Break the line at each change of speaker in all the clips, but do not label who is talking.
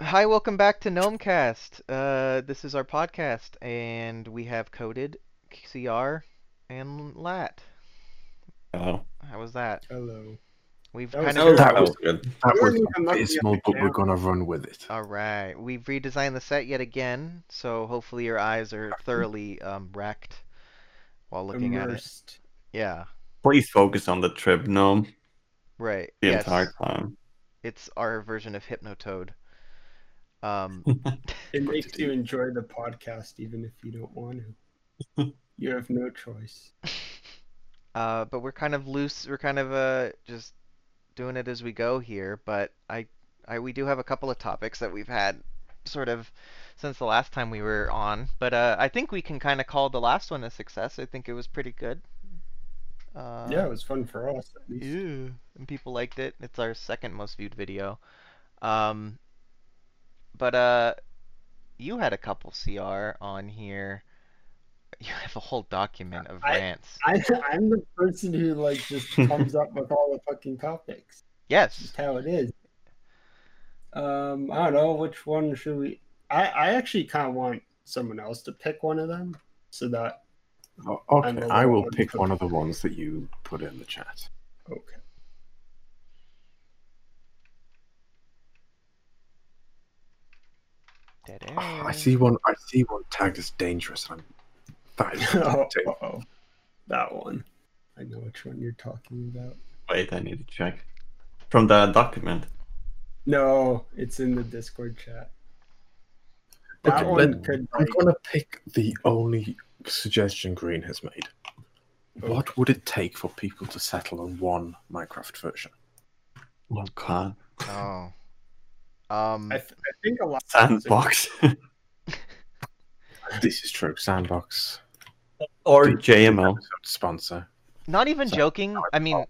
Hi, welcome back to Gnomecast. Uh, this is our podcast, and we have coded, CR, and Lat.
Hello.
How was that?
Hello.
We've
That was
kind
good.
of
That
That was Oh, good.
That
We
was
don't even look
abysmal,
the
but we're
other
gonna run with it.
all right. We've redesigned the set yet again, so hopefully your eyes are thoroughly um, wrecked while looking at it.
Immersed.
Yeah.
Please focus on the trib gnome
Right.
the
yes.
entire time.
It's our version of Hypnotoad. Um,
It makes you enjoy the podcast even if you don't want to. you have no choice.
Uh, but we're kind of loose. We're kind of uh, just doing it as we go here. But I, I, we do have a couple of topics that we've had sort of since the last time we were on. But uh, I think we can kind of call the last one a success. I think it was pretty good. Uh,
yeah, it was fun for us. At least.
yeah, and people liked it. It's our second most viewed video. Um, but uh, you had a couple CR on here. You have a whole document of
I-
rants.
I, I'm the person who like just comes up with all the fucking topics. It's
Yes.
just how it is. Um, I don't know which one should we. I I actually kind of want someone else to pick one of them so that
O-
I'm
Okay,
a
I will
little
pick
uncomfortable.
one of the ones that you put in the chat.
okay.
Dead
Oh, I
air.
see one. I see one tagged as dangerous. And I'm, that is
oh,
tempting.
uh-oh. that one. I know which one you're talking about.
Wait, I need to check. From the document.
No, it's in the Discord chat. That
Okay,
one
let-
could
I'm
like,
gonna pick the only suggestion Green has made.
oh,
What would it take for people to settle on one Minecraft version?
Oh god.
Oh. Um,
I, th- I think a lot
Sandbox.
This is true. Sandbox
or JML.
episode sponsor.
not even
so-
joking. I mean,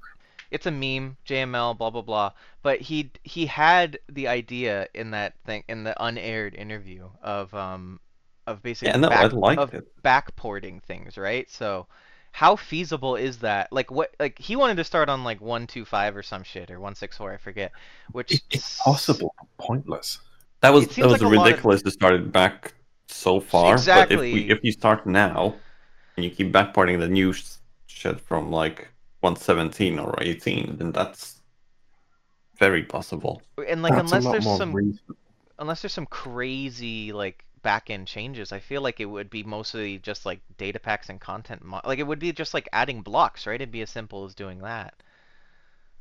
it's a meme, JML, blah blah blah. But he he had the idea in that thing in the unaired interview of um of basically
Yeah, no, I
back,
liked
of
it.
backporting things, right? So how feasible is that? Like what? Like he wanted to start on like one two five or some shit or one six four, I forget. Which
It- it's possible, but pointless.
That was
It seems
that
like
was
a lot of-
ridiculous to start it back so far. But if
Exactly.
we if you start now and you keep backporting the new sh- shit from like 117 or 18, then that's very possible.
and like
That's
unless
a lot
there's
more
some
reason-
unless there's some crazy like back end changes, I feel like it would be mostly just like data packs and content. Mo- like it would be just like adding blocks, right? It'd be as simple as doing that.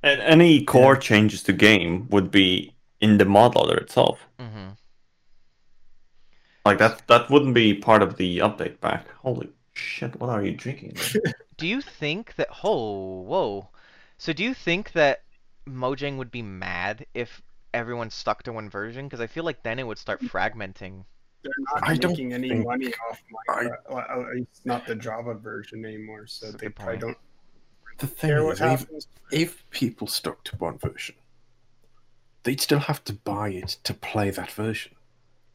And any core changes to game would be in the modeler itself.
Mm-hmm.
Like that that wouldn't be part of the update back. Holy shit, what are you drinking? man?
Do you think that? Oh, whoa. So do you think that Mojang would be mad if everyone stuck to one version? Because I feel like then it would start fragmenting.
they're not
I don't
making any
think-
money off
I-
Minecraft. well, at least not the Java version anymore, so
That's a
they
good
probably
point.
don't
The thing
care what
is, even
happens.
if people stuck to one version, they'd still have to buy it to play that version.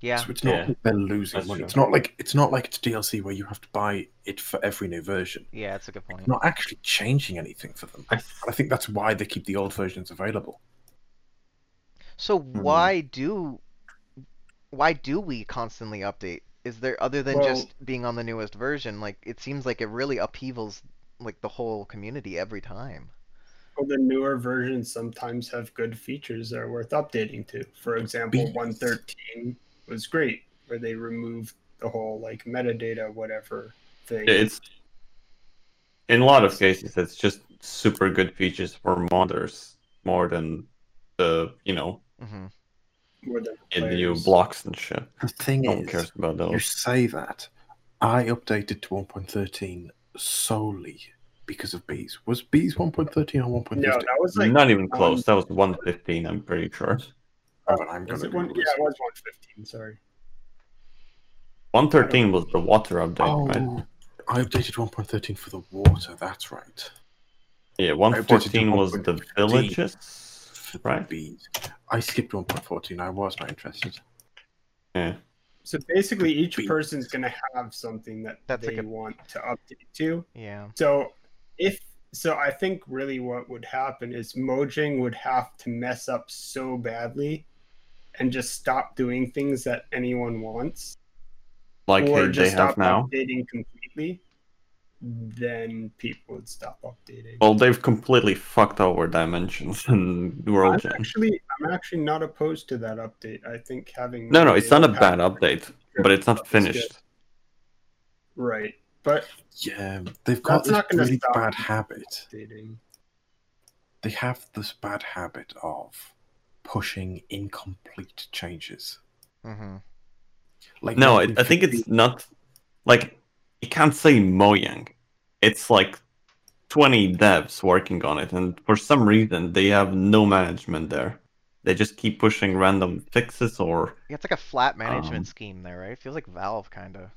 Yeah.
So it's not
Yeah.
like they're losing
That's
money.
true.
It's not like it's not like it's DLC where you have to buy it for every new version.
Yeah, that's a good point.
It's not actually changing anything for them.
I
I think that's why they keep the old versions available.
So why do why do we constantly update? Is there other than
Well-
just being on the newest version? Like it seems like it really upheavals like the whole community every time.
Well, the newer versions sometimes have good features that are worth updating to. For example,
Beats.
113 was great, where they removed the whole like metadata whatever thing.
it's in a lot of cases it's just super good features for modders more than the you know
hmm
more than the
in new
players.
blocks and shit.
The thing
No one cares about
You
those.
say that. I updated to 1.13 solely because of bees. Was bees 1.13 or 1.15?
No, that was like um,
Not even close. That was 115, I'm pretty sure.
Oh, well, I'm
was
gonna
it one? Yeah,
Google
it was
this.
115. Sorry.
113 was the water update, right?
Oh, I updated 1.13 for the water. That's right.
Yeah, 114
updated to
was the
1.15.
villages,
For the
right?
bees. I skipped 1.14. I was not interested.
Yeah.
So basically, each
Beats.
person's going to have something that
That's a
they
good-
want to update to.
Yeah.
So if so, I think really what would happen is Mojang would have to mess up so badly, and just stop doing things that anyone wants,
like
or
they,
just
they
stop
have now.
updating completely, then people would stop updating.
Well, they've completely fucked over dimensions and
I'm
world gen.
actually, I'm actually not opposed to that update. I think having
No, no, it's
updated
not a bad
patch-
update, but it's not finished.
right? But
Yeah, they've got
That's
this
not gonna
really
stop
bad
me.
habit.
updating,
They have this bad habit of pushing incomplete changes.
hmm
Like
No,
when
I,
they
I think
fix-
it's not like you can't say Mojang. It's like 20 devs working on it, and for some reason they have no management there. They just keep pushing random fixes or
Yeah, it's like a flat management
Um,
scheme there, right? It feels like Valve kind of.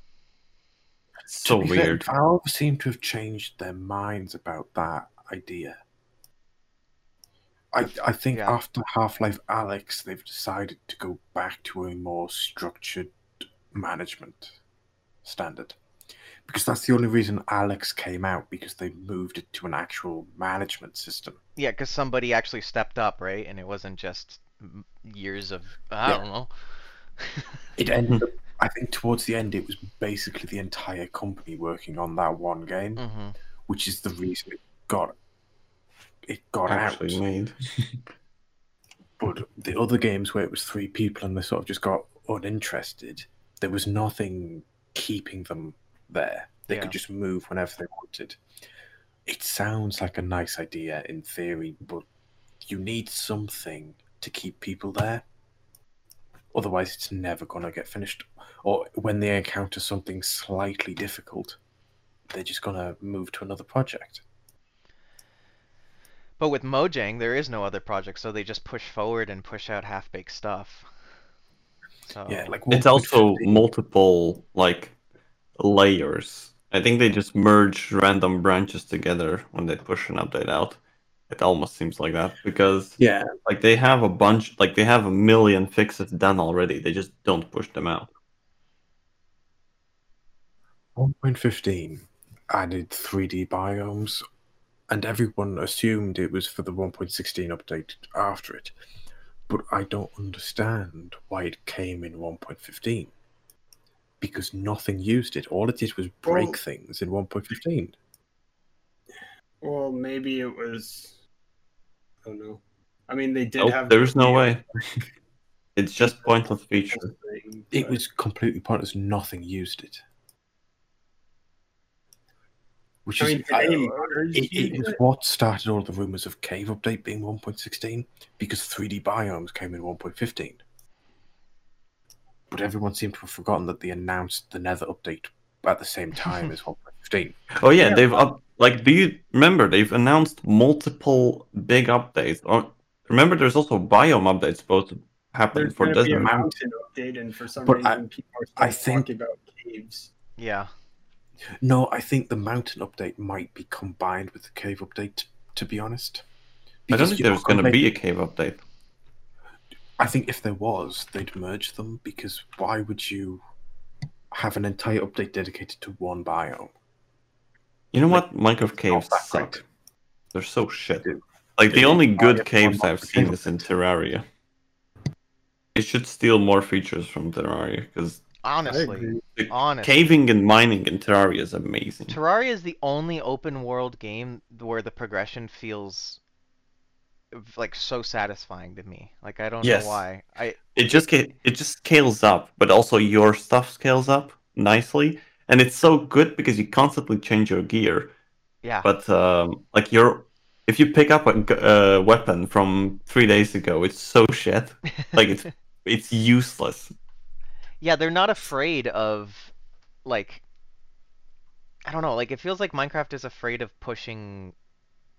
it's
to
so
be fair,
weird.
Valve seem to have changed their minds about that idea. I, I think
Yeah.
after Half Life Alex, they've decided to go back to a more structured management standard. Because that's the only reason Alex came out, because they moved it to an actual management system.
Yeah, because somebody actually stepped up, right? And it wasn't just m- years of I
Yeah.
don't know.
It ended
Mm-hmm.
up, I think, towards the end, it was basically the entire company working on that one game,
hmm
which is the reason it got it got out.
Actually, made.
But the other games where it was three people and they sort of just got uninterested, there was nothing keeping them there. They
Yeah.
could just move whenever they wanted. It sounds like a nice idea in theory, but you need something to keep people there. Otherwise, it's never going to get finished. Or when they encounter something slightly difficult, they're just going to move to another project.
But with Mojang, there is no other project, so they just push forward and push out half-baked stuff. So
Yeah, like
It's also multiple like layers. I think they just merge random branches together when they push an update out. It almost seems like that because
yeah,
like they have a bunch, like they have a million fixes done already. They just don't push them out.
1.15 added 3D biomes, and everyone assumed it was for the 1.16 update after it. But I don't understand why it came in 1.15. Because nothing used it. All it did was break
Well-
things in 1.15.
well, maybe it was. I don't know. I mean, they did
Nope,
have.
there's no
the
way. It's just pointless feature.
thing,
It
but-
was completely pointless. Nothing used it. Which
I
is
mean,
I-
today modders
It, it
use
was
it.
what started all the rumors of cave update being 1.16 because 3D biomes came in 1.15. But everyone seemed to have forgotten that they announced the Nether update at the same time as 1.15.
Oh yeah,
Yeah.
they've up like do you remember they've announced multiple big updates? Or remember there's also biome updates supposed to happen
There's
for
gonna be a
Desert.
mountain update, and for some
But I-
reason, people are still
I think-
talking about caves.
yeah.
No, I think the mountain update might be combined with the cave update. To be honest,
I don't
Because
think
you're
there's
not gonna
gonna be a
make-
cave update.
I think if there was, they'd merge them because why would you have an entire update dedicated to one biome?
You know what? Minecraft caves
that
suck.
great.
They're so shit.
do.
Like
They
the only
do.
good
Minecraft
caves I've
Minecraft
seen
caves.
is in Terraria. It should steal more features from Terraria because
Honestly,
agree.
honestly,
caving and mining in Terraria is amazing.
Terraria is the only open world game where the progression feels like so satisfying to me. Like I don't
Yes.
know why. I
it just ca- it just scales up, but also your stuff scales up nicely, and it's so good because you constantly change your gear.
yeah.
But um, like your if you pick up a g- uh, weapon from three days ago, it's so shit. Like it's it's useless.
Yeah, they're not afraid of like I don't know, like it feels like Minecraft is afraid of pushing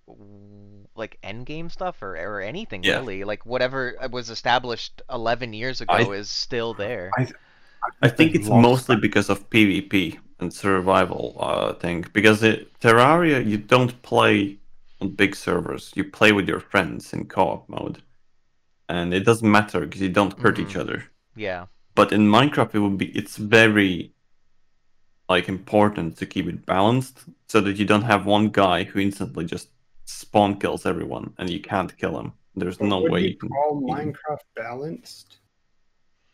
w- like end game stuff or or anything
Yeah.
really. Like whatever was established 11 years ago
I-
is still there.
I-
I think
They
it's
lost
mostly because of PvP and survival uh, thing. Because it, Terraria, you don't play on big servers. You play with your friends in co-op mode, and it doesn't matter because you don't hurt
Mm-hmm.
each other.
yeah.
but in minecraft it would be it's very like important to keep it balanced so that you don't have one guy who instantly just spawn kills everyone and you can't kill him there's
But
no
would
way
you
you can
call
beat him.
Minecraft balanced?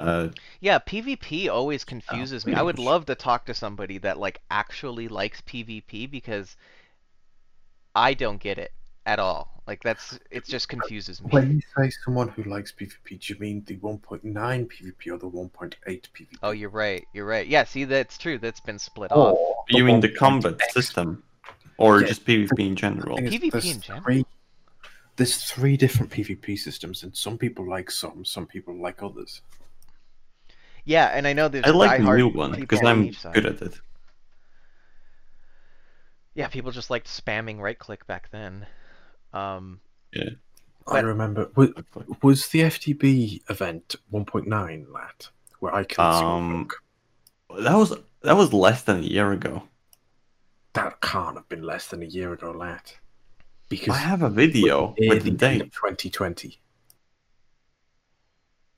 Uh,
Yeah, PvP
Oh,
always confuses me. I would love to talk to somebody that like actually likes PvP because I don't get it at all. Like that's it just confuses me.
When you say someone who likes PvP, do you mean the 1.9 PvP or the 1.8 PvP?
Oh, you're right. You're right. Yeah, see that's true. That's been split off.
Or
you mean the
1.8
combat system, or
Yeah.
just PvP in general?
thing is,
PvP
there's
in general.
Three, there's three different PvP systems, and some people like some, some people like others.
Yeah, and I know there's
I like the
diehard
new one because
people on
I'm
each side.
good at it.
Yeah, people just liked spamming right click back then. Um,
I
But-
remember. Was, was the FTB event 1.9 lat where I killed
Um,
Skulldog?
That was that was less than a year ago.
That can't have been less than a year ago, lat. Because
I have a video
near
with the
the end of
date.
2020.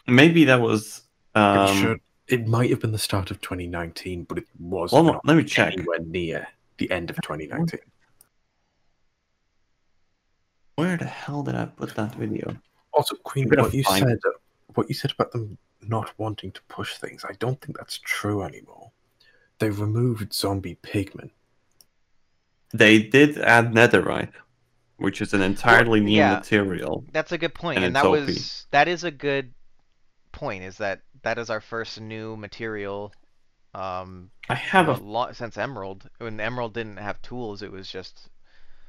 Maybe that was.
it,
Um,
should, it might have been the start of 2019, but it was
one
not
mo- let me check.
anywhere near the end of 2019.
Where the hell did I put that video?
Also, Queen,
Bit of
what you
fine.
said, uh, what you said about them not wanting to push things, I don't think that's true anymore. They removed zombie pigmen.
They did add netherite, which is an entirely new
yeah.
material.
that's a good point,
And
and,
it's
that
OP.
was that is a good point. Is that that is our first new material? Um,
I have
uh,
a
lo- since Emerald, when Emerald didn't have tools, it was just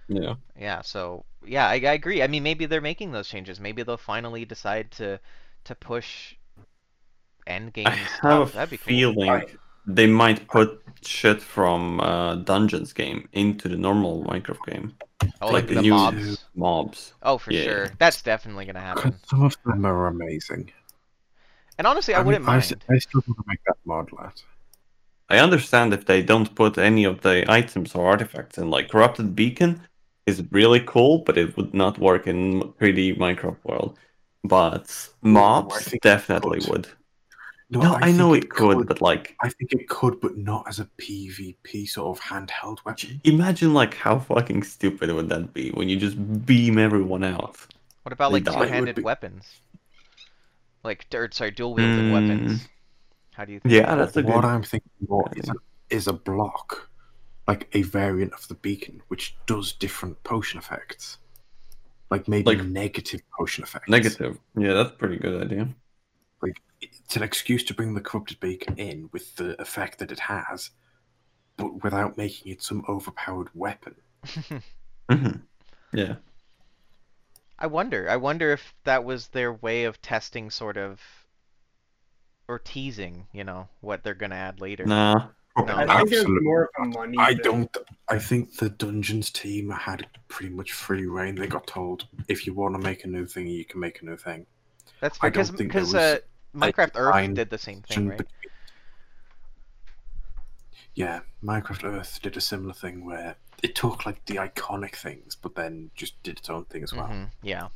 yeah.
yeah. So yeah, I, I agree. I mean, maybe they're making those changes. Maybe they'll finally decide to to push end game
I
stuff.
have a
That'd be cool.
feeling
Right.
they might put shit from uh, Dungeons game into the normal Minecraft game,
Oh,
like
the
the new-
mobs.
mobs.
Oh, for
yeah.
sure. That's definitely gonna happen.
Some of them are amazing.
And honestly, I,
mean,
wouldn't mind.
s- I still want to make that mod, lad.
I understand if they don't put any of the items or artifacts in, like Corrupted Beacon is really cool, but it would not work in 3D Minecraft world. But
I
mobs
think it
definitely
could.
would. No, I,
think
know it could, but like,
I think it could, but not as a PvP sort of handheld weapon.
imagine like how fucking stupid would that be when you just beam everyone out.
What about
They
like
die. It
two
would
handed
be-
weapons? Like d- or, sorry, dual wielded
Mm.
weapons. How do you think
Yeah, that's a
what
good.
I'm thinking more is a, is a block, like a variant of the beacon, which does different potion effects. Like maybe
Like-
negative potion effects.
Negative. Yeah, that's a pretty good idea.
It's an excuse to bring the corrupted beacon in with the effect that it has, but without making it some overpowered weapon.
Mm-hmm. Yeah.
I wonder. I wonder if that was their way of testing sort of or teasing, you know, what they're gonna add later.
Nah.
No.
I think it's
Absolutely
more of a money.
I
thing.
don't. I think the dungeons team had pretty much free reign. They got told if you want to make a new thing, you can make a new thing.
That's
I don't
because
think there
because
was
uh, Minecraft Earth
design
did the same thing, right?
between- Yeah, Minecraft Earth did a similar thing where it took like the iconic things, but then just did its own thing as well.
Mhm, Yeah.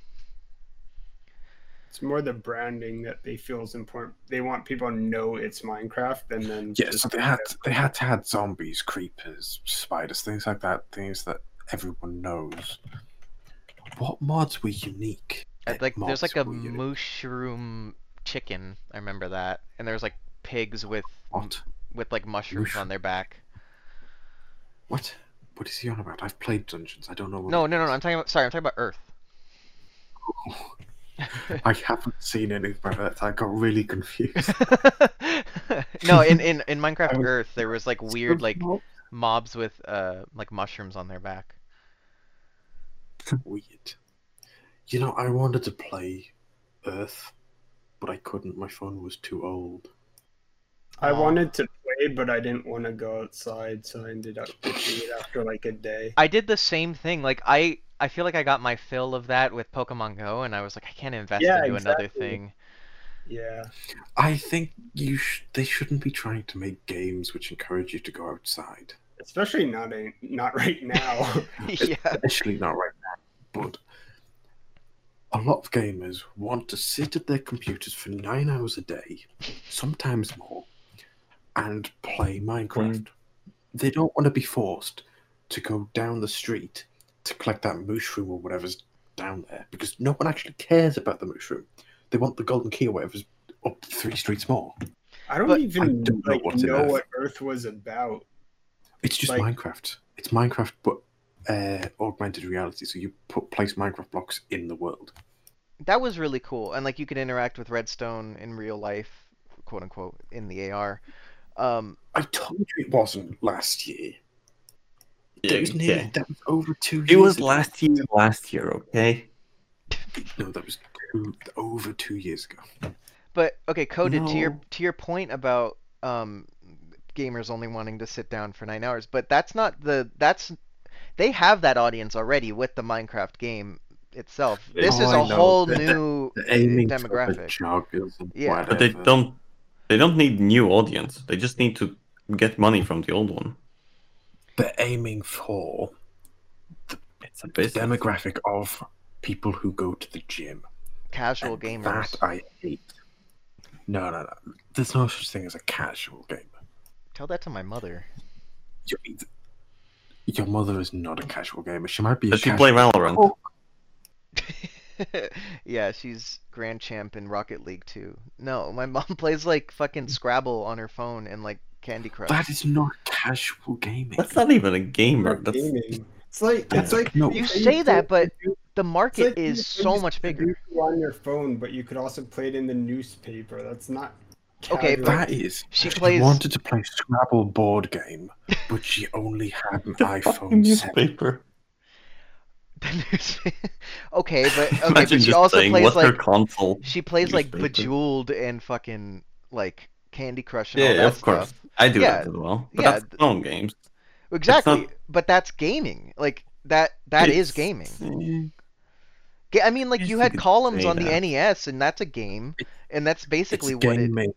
It's more the branding that they feel is important. They want people to know it's Minecraft, and then
Yeah,
just-
so they had they had to add zombies, creepers, spiders, things like that, things that everyone knows. What mods were unique?
Uh, Like
Mods
there's like a
were unique.
mushroom chicken. I remember that. And there was like pigs with m-
What?
with like mushrooms
Mushroom.
on their back.
What? What is he on about? I've played dungeons. I don't know. What
No,
it
no, no,
is.
no. I'm talking about sorry. I'm talking about Earth.
I haven't seen anything about that. I got really confused.
no, in, in, in Minecraft
I was-
Earth, there was like weird like mobs with uh like mushrooms on their back.
weird. You know, I wanted to play Earth, but I couldn't. My phone was too old.
I
Aw.
wanted to play, but I didn't want to go outside, so I ended up ditching it after like a day.
I did the same thing. Like I I feel like I got my fill of that with Pokemon Go, and I was like, I can't invest
Yeah,
into another
exactly.
thing.
Yeah,
I think you sh- they shouldn't be trying to make games which encourage you to go outside,
especially not in, not right now.
yeah.
especially not right now. But a lot of gamers want to sit at their computers for nine hours a day, sometimes more, and play Minecraft. They don't want to be forced to go down the street to collect that mushroom or whatever's down there because no one actually cares about the mushroom. They want the golden key or whatever's up three streets more.
I don't
But-
even
I don't know
like,
what's in
know
Earth.
what Earth was about.
It's just
Like-
Minecraft. It's Minecraft, but uh, augmented reality. So you put place Minecraft blocks in the world.
That was really cool, and like you could interact with redstone in real life, quote unquote, in the AR. Um,
I told you it wasn't last year. That was, nearly,
Okay.
that was over two years.
It was
ago.
last year, last year, okay?
No, that was two, over two years ago.
But okay, coded to your
No.
to your point about um, gamers only wanting to sit down for nine hours, but that's not the that's they have that audience already with the Minecraft game itself. This is
Oh,
a
I know.
whole
The- the-
new
The aiming for the
demographic.
joggers and
Yeah.
But they
whatever.
don't they don't need new audience. They just need to get money from the old one.
They're aiming for
It's a
the
business.
demographic of people who go to the gym.
casual
And
gamers.
That I hate. No, no, no. There's no such thing as a casual gamer.
Tell that to my mother.
Your, your mother is not a casual gamer. She might be.
Does
a
she
casual...
play Valorant?
Oh.
yeah, she's grand champ in Rocket League too. No, my mom plays like fucking Scrabble on her phone and like Candy Crush.
That is not casual gaming.
That's not even a gamer.
Or
That's
gaming. It's like it's like
No.
You
can
say that,
play-
but The market
you
is
can
so
just
much bigger.
do it on your phone, but you could also play it in the newspaper. That's not
Okay,
casual.
That is.
She
She,
plays-
wanted to play Scrabble board game, but she only had an
fucking
iPhone 7.
newspaper.
The newspaper. okay, but okay,
Imagine
but she
just
also
saying,
plays
what's her
like
console?
she plays like
newspaper?"
Bejeweled and fucking like Candy Crush and all
Yeah,
that
of course.
stuff.
I do
Yeah,
that as well. But
yeah,
that's
th-
phone games.
Exactly,
not-
but that's gaming. Like that that is
It's-
gaming.
eh,
Ga- I mean, like
guess
you
you
had
could
columns
say
on the
that.
NES, and that's a game, and that's
It's
basically what it.
gaming.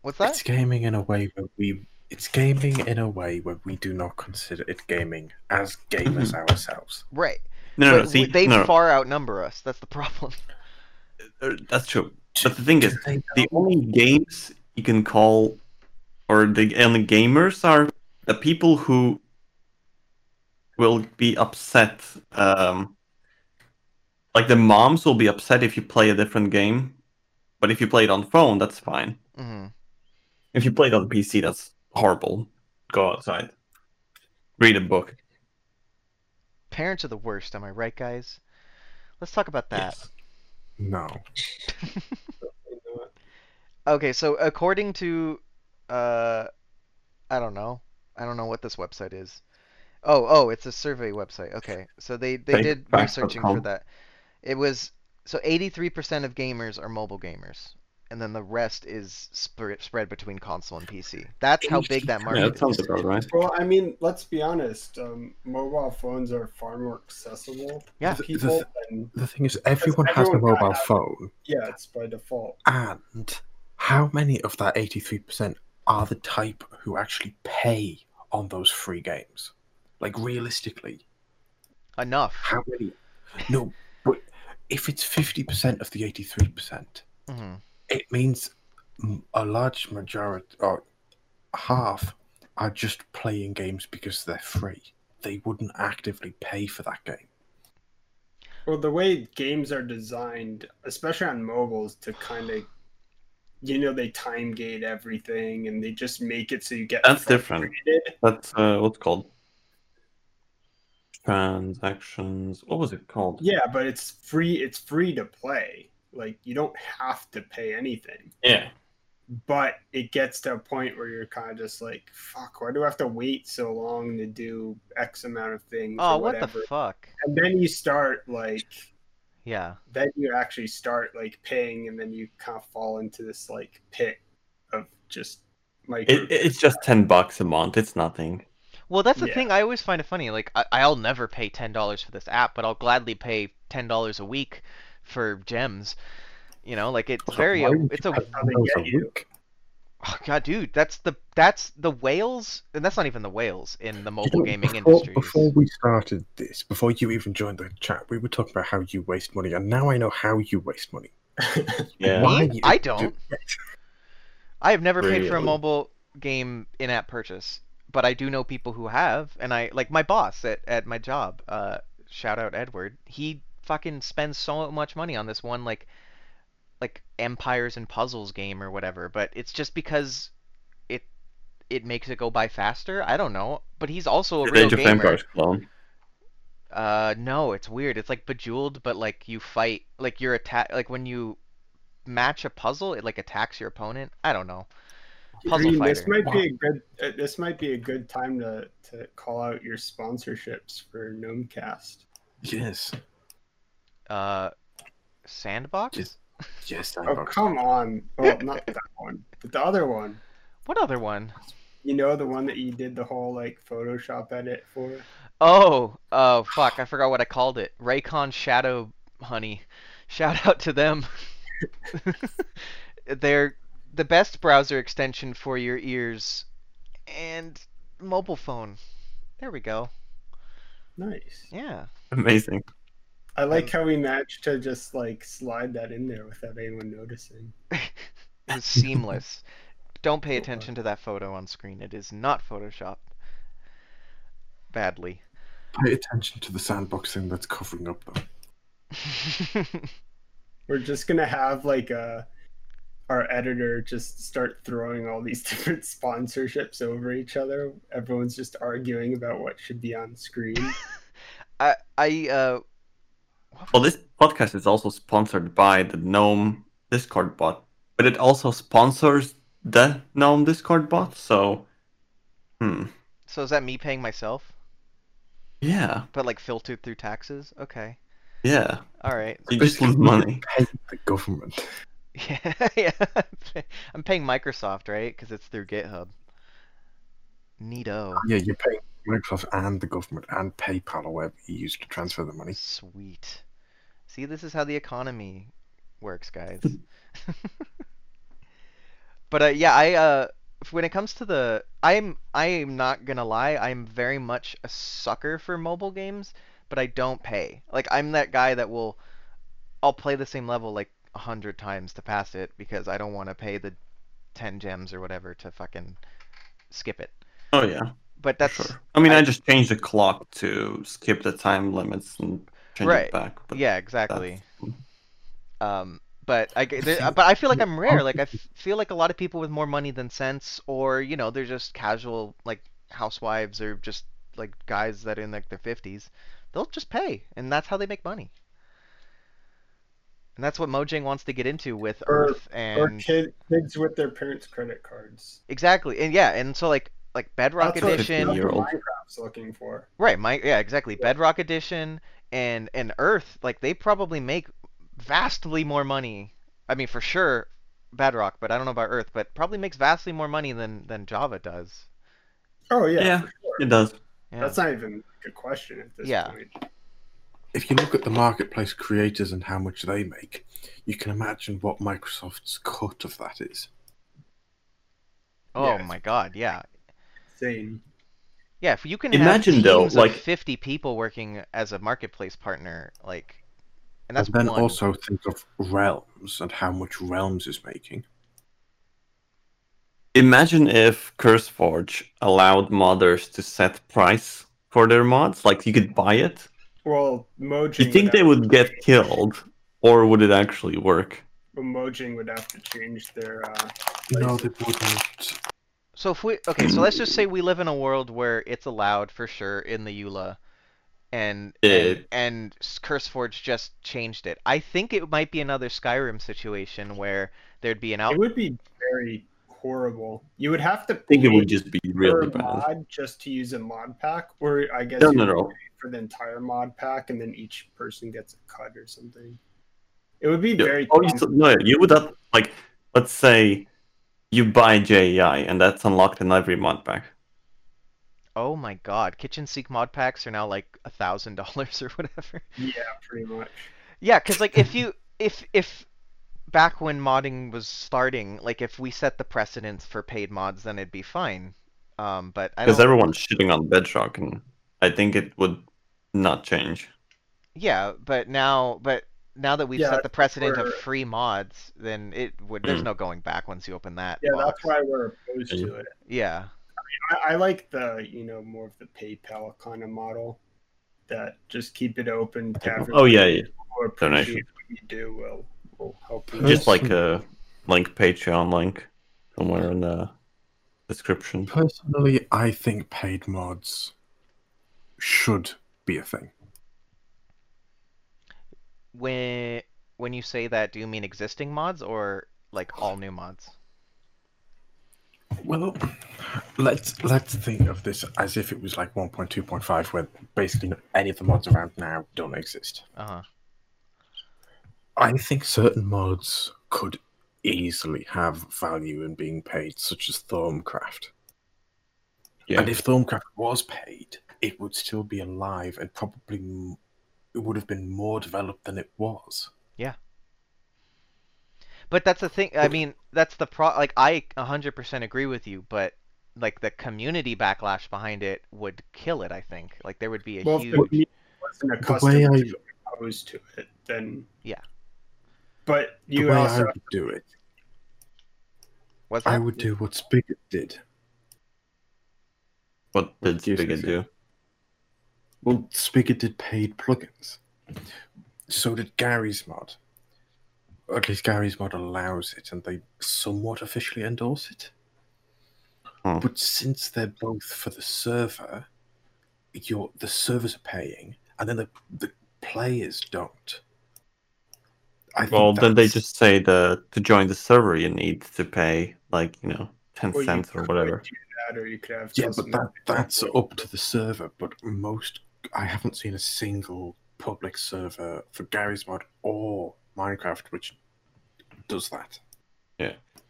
What's that?
It's gaming in a way where we. It's gaming in a way where we do not consider it gaming as gamers ourselves.
Right.
No, no,
but
no,
w-
see,
they
no, no,
far outnumber us. That's the problem.
uh, that's true. But the thing is,
They
the only games you can call, or the only gamers are the people who will be upset. Um, like the moms will be upset if you play a different game, but if you play it on phone, that's fine.
hmm
If you play it on PC, that's horrible. Go outside, read a book.
Parents are the worst. Am I right, guys? Let's talk about that.
Yes.
No.
Okay, so according to uh I don't know. I don't know what this website is. Oh, oh, it's a survey website. Okay. So they they
Fake
did
facts dot
researching for
com.
that. It was so 83% of gamers are mobile gamers, and then the rest is spread spread between console and PC. That's how big that
Yeah,
market
that sounds
is.
about right.
Well, I mean, let's be honest. Um, mobile phones are far more accessible
Yeah.
to
The- the
people,
th-
and
The thing is, everyone has a
everyone got
mobile
that.
phone,
yeah, it's by default.
and how many of that 83% are the type who actually pay on those free games? Like, realistically,
Enough.
how many? No, but if it's 50% of the 83%,
hmm
it means m- a large majority or half are just playing games because they're free. They wouldn't actively pay for that game.
Well, the way games are designed, especially on mobiles, to kind of, you know, they time gate everything, and they just make it so you get
That's different.
frustrated.
That's uh, what's called transactions. What was it called?
Yeah, but it's free. It's free to play. Like you don't have to pay anything.
Yeah.
But it gets to a point where you're kind of just like, "Fuck, why do I have to wait so long to do X amount of things?"
Oh,
or
what the
whatever.
fuck?
and then you start like,
Yeah.
then you actually start like paying, and then you kind of fall into this like pit of just micro.
It, it's just ten bucks a month. It's nothing.
Well, that's the
Yeah.
thing I always find it funny. Like, I, I'll never pay ten dollars for this app, but I'll gladly pay ten dollars a week for gems. You know, like it's very,
Why would
it's
you
a,
pay
how they
those
get
a
you.
week?
oh, god, dude, that's the that's the whales, and that's not even the whales in the mobile
know,
gaming
before,
industry.
Before we started this, before you even joined the chat, we were talking about how you waste money, and now I know how you waste money.
Yeah.
Why
Me?
you
I
do-
don't. I have never paid for a
Really?
mobile game in-app purchase, but I do know people who have, and I like my boss at at my job. Uh, shout out Edward. He fucking spends so much money on this one like like empires and puzzles game or whatever, but it's just because it it makes it go by faster. I don't know, but he's also a real
Age of
gamer.
Empires clone.
Uh, no, it's weird. It's like Bejeweled, but like you fight, like you're attack, like when you match a puzzle, it like attacks your opponent. I don't know. Puzzle
Green, This
fighter.
might be a good. Uh, this might be a good time to to call out your sponsorships for Gnomecast.
Yes.
Uh, sandbox.
Just- Yes,
Oh
Sandbox.
come on! Well, not that one, but the other one.
What other one?
You know the one that you did the whole like Photoshop edit for.
Oh, oh fuck! I forgot what I called it. Raycon Shadow Honey. Shout out to them. They're the best browser extension for your ears and mobile phone. There we go.
Nice.
Yeah. Um,
Amazing.
I like how we managed to just like slide that in there without anyone noticing.
it was seamless. Don't pay attention to that photo on screen. It is not photoshopped. Badly.
Pay attention to the sandbox thing that's covering up though.
We're just gonna have like uh our editor just start throwing all these different sponsorships over each other. Everyone's just arguing about what should be on screen.
I I uh what
Well, this podcast is also sponsored by the GNOME Discord bot, but it also sponsors the GNOME Discord bot. So, hmm.
So is that me paying myself?
Yeah.
But like filtered through taxes? Okay.
Yeah.
All right.
You just lose money.
The government.
Yeah. yeah. I'm paying Microsoft, right? Cuz it's through GitHub. Neato.
Yeah, you're paying Microsoft and the government and PayPal or whatever you use to transfer the money.
Sweet. See, this is how the economy works, guys. but uh, yeah, I uh, f- when it comes to the, I'm I am not gonna lie, I'm very much a sucker for mobile games, but I don't pay. Like I'm that guy that will, I'll play the same level like a hundred times to pass it because I don't want to pay the ten gems or whatever to fucking skip it.
Oh yeah,
But that's
sure. I mean,
I-
I, just changed the clock to skip the time limits and change
Right.
it back. But
yeah,
that's-
exactly. Um, but I, g- there- but I feel like I'm rare. Like I f- feel like a lot of people with more money than sense, or you know, they're just casual like housewives or just like guys that are in like their fifties. They'll just pay, and that's how they make money. And that's what Mojang wants to get into with
Or-
Earth
or
and
kid, kids with their parents' credit cards.
exactly, and yeah, and so like like Bedrock
That's what-
Edition,
that's what
Year old.
Minecraft's looking for.
Right, my yeah, exactly. Bedrock Edition and and Earth, like they probably make vastly more money. I mean, for sure, Bedrock, but I don't know about Earth, but probably makes vastly more money than than Java does.
Oh yeah,
Yeah.
for sure.
it does.
Yeah.
That's not even a question at this
Yeah.
point.
If you look at the marketplace creators and how much they make, you can imagine what Microsoft's cut of that is.
oh
yeah.
my God, yeah,
Same.
yeah. If you can
Imagine,
have
though,
teams
like-
of fifty people working as a marketplace partner, like, and that's
and then
one.
also think of Realms and how much Realms is making.
Imagine if CurseForge allowed modders to set price for their mods, like you could buy it.
Well, Mojang.
You think they
have-
would get killed, or would it actually work?
Mojang would have to change their. Uh,
No, they wouldn't.
So if we okay, so let's just say we live in a world where it's allowed for sure in the EULA, and and,
It-
and S- Curseforge just changed it. I think it might be another Skyrim situation where there'd be an out.
it would be very horrible. You would have to.
I think it would just be
per
really bad.
mod just to use a mod pack, or I guess
No,
you
no,
would
no.
pay for the entire mod pack, and then each person gets a cut or something. It would be
Yeah.
very.
Oh, you,
dumb.
no, you would have, like, let's say you buy JEI and that's unlocked in every mod pack.
Oh my God, Kitchen Seek mod packs are now like a thousand dollars or whatever.
yeah, pretty much.
Yeah, because like if you if if back when modding was starting, like if we set the precedence for paid mods, then it'd be fine. Um, but I
Because
don't.
everyone's shitting on Bedrock, and I think it would not change.
Yeah, but now, but now that we've
Yeah,
set the precedent of
where-
free mods, then it would. There's
Mm.
no going back once you open that
Yeah,
box.
that's why we're opposed to it.
Yeah,
I, I like the you know more of the PayPal kind of model, that just keep it open to everyone
Oh, yeah, yeah.
who appreciate
donation.
what you do will will help you.
Just like a link, Patreon link, somewhere in the description.
Personally, I think paid mods should be a thing.
When when you say that, do you mean existing mods or like all new mods?
Well, let's let's think of this as if it was like 1.2.5, where basically any of the mods around now don't exist.
Uh huh.
I think certain mods could easily have value in being paid, such as Thormcraft.
Yeah.
And if Thormcraft was paid, it would still be alive and probably m- it would have been more developed than it was.
But that's the thing. I
Okay.
mean, that's the pro. Like, I 100% agree with you, but like the community backlash behind it would kill it. I think. Like, there would be a
Well, if the
huge.
community wasn't
The way
accustomed
I,
to opposed to it, then
Yeah.
But
the
you
way I
also
would do it,
Was
I
that-
would do what Spigot did.
What did
What do you
Spigot
think?
do?
Well, Spigot did paid plugins. So did Gary's mod. Or at least Gary's mod allows it, and they somewhat officially endorse it.
Hmm.
But since they're both for the server, you're, the servers are paying, and then the, the players don't. I think
Well, then they
that's-
just say the to join the server you need to pay like you know ten
well, you
cents or
could
whatever.
do that, or you could have
Yeah,
Chelsea
but that,
Manning
that's
do it.
up to the server. But most, I haven't seen a single public server for Gary's mod or Minecraft which does that.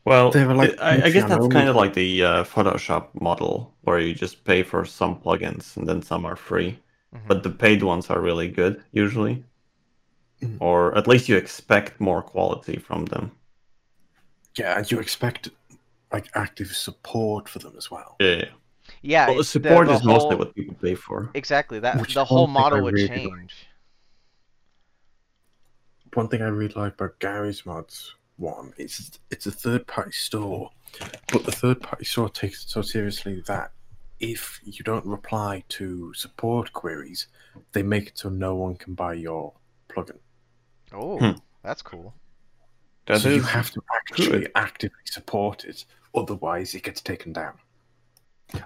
Well,
They were like,
it- I, I guess
Patreon
that's
only.
kind of like the uh, Photoshop model where you just pay for some plugins and then some are free,
Mhm.
but the paid ones are really good usually,
Mm.
or at least you expect more quality from them.
Yeah, and you expect like active support for them as well.
Yeah,
yeah.
well,
it- the-
support
the
is mostly
whole-
what people pay for.
Exactly. That
Which
the
I
whole
don't think I
model would
really like.
change.
One thing I really like about Gary's mods one is it's a third party store, but the third party store takes it so seriously that if you don't reply to support queries, they make it so no one can buy your plugin.
Oh,
Hmm.
that's cool.
That is
so you have to actually actively support it, otherwise it gets taken down.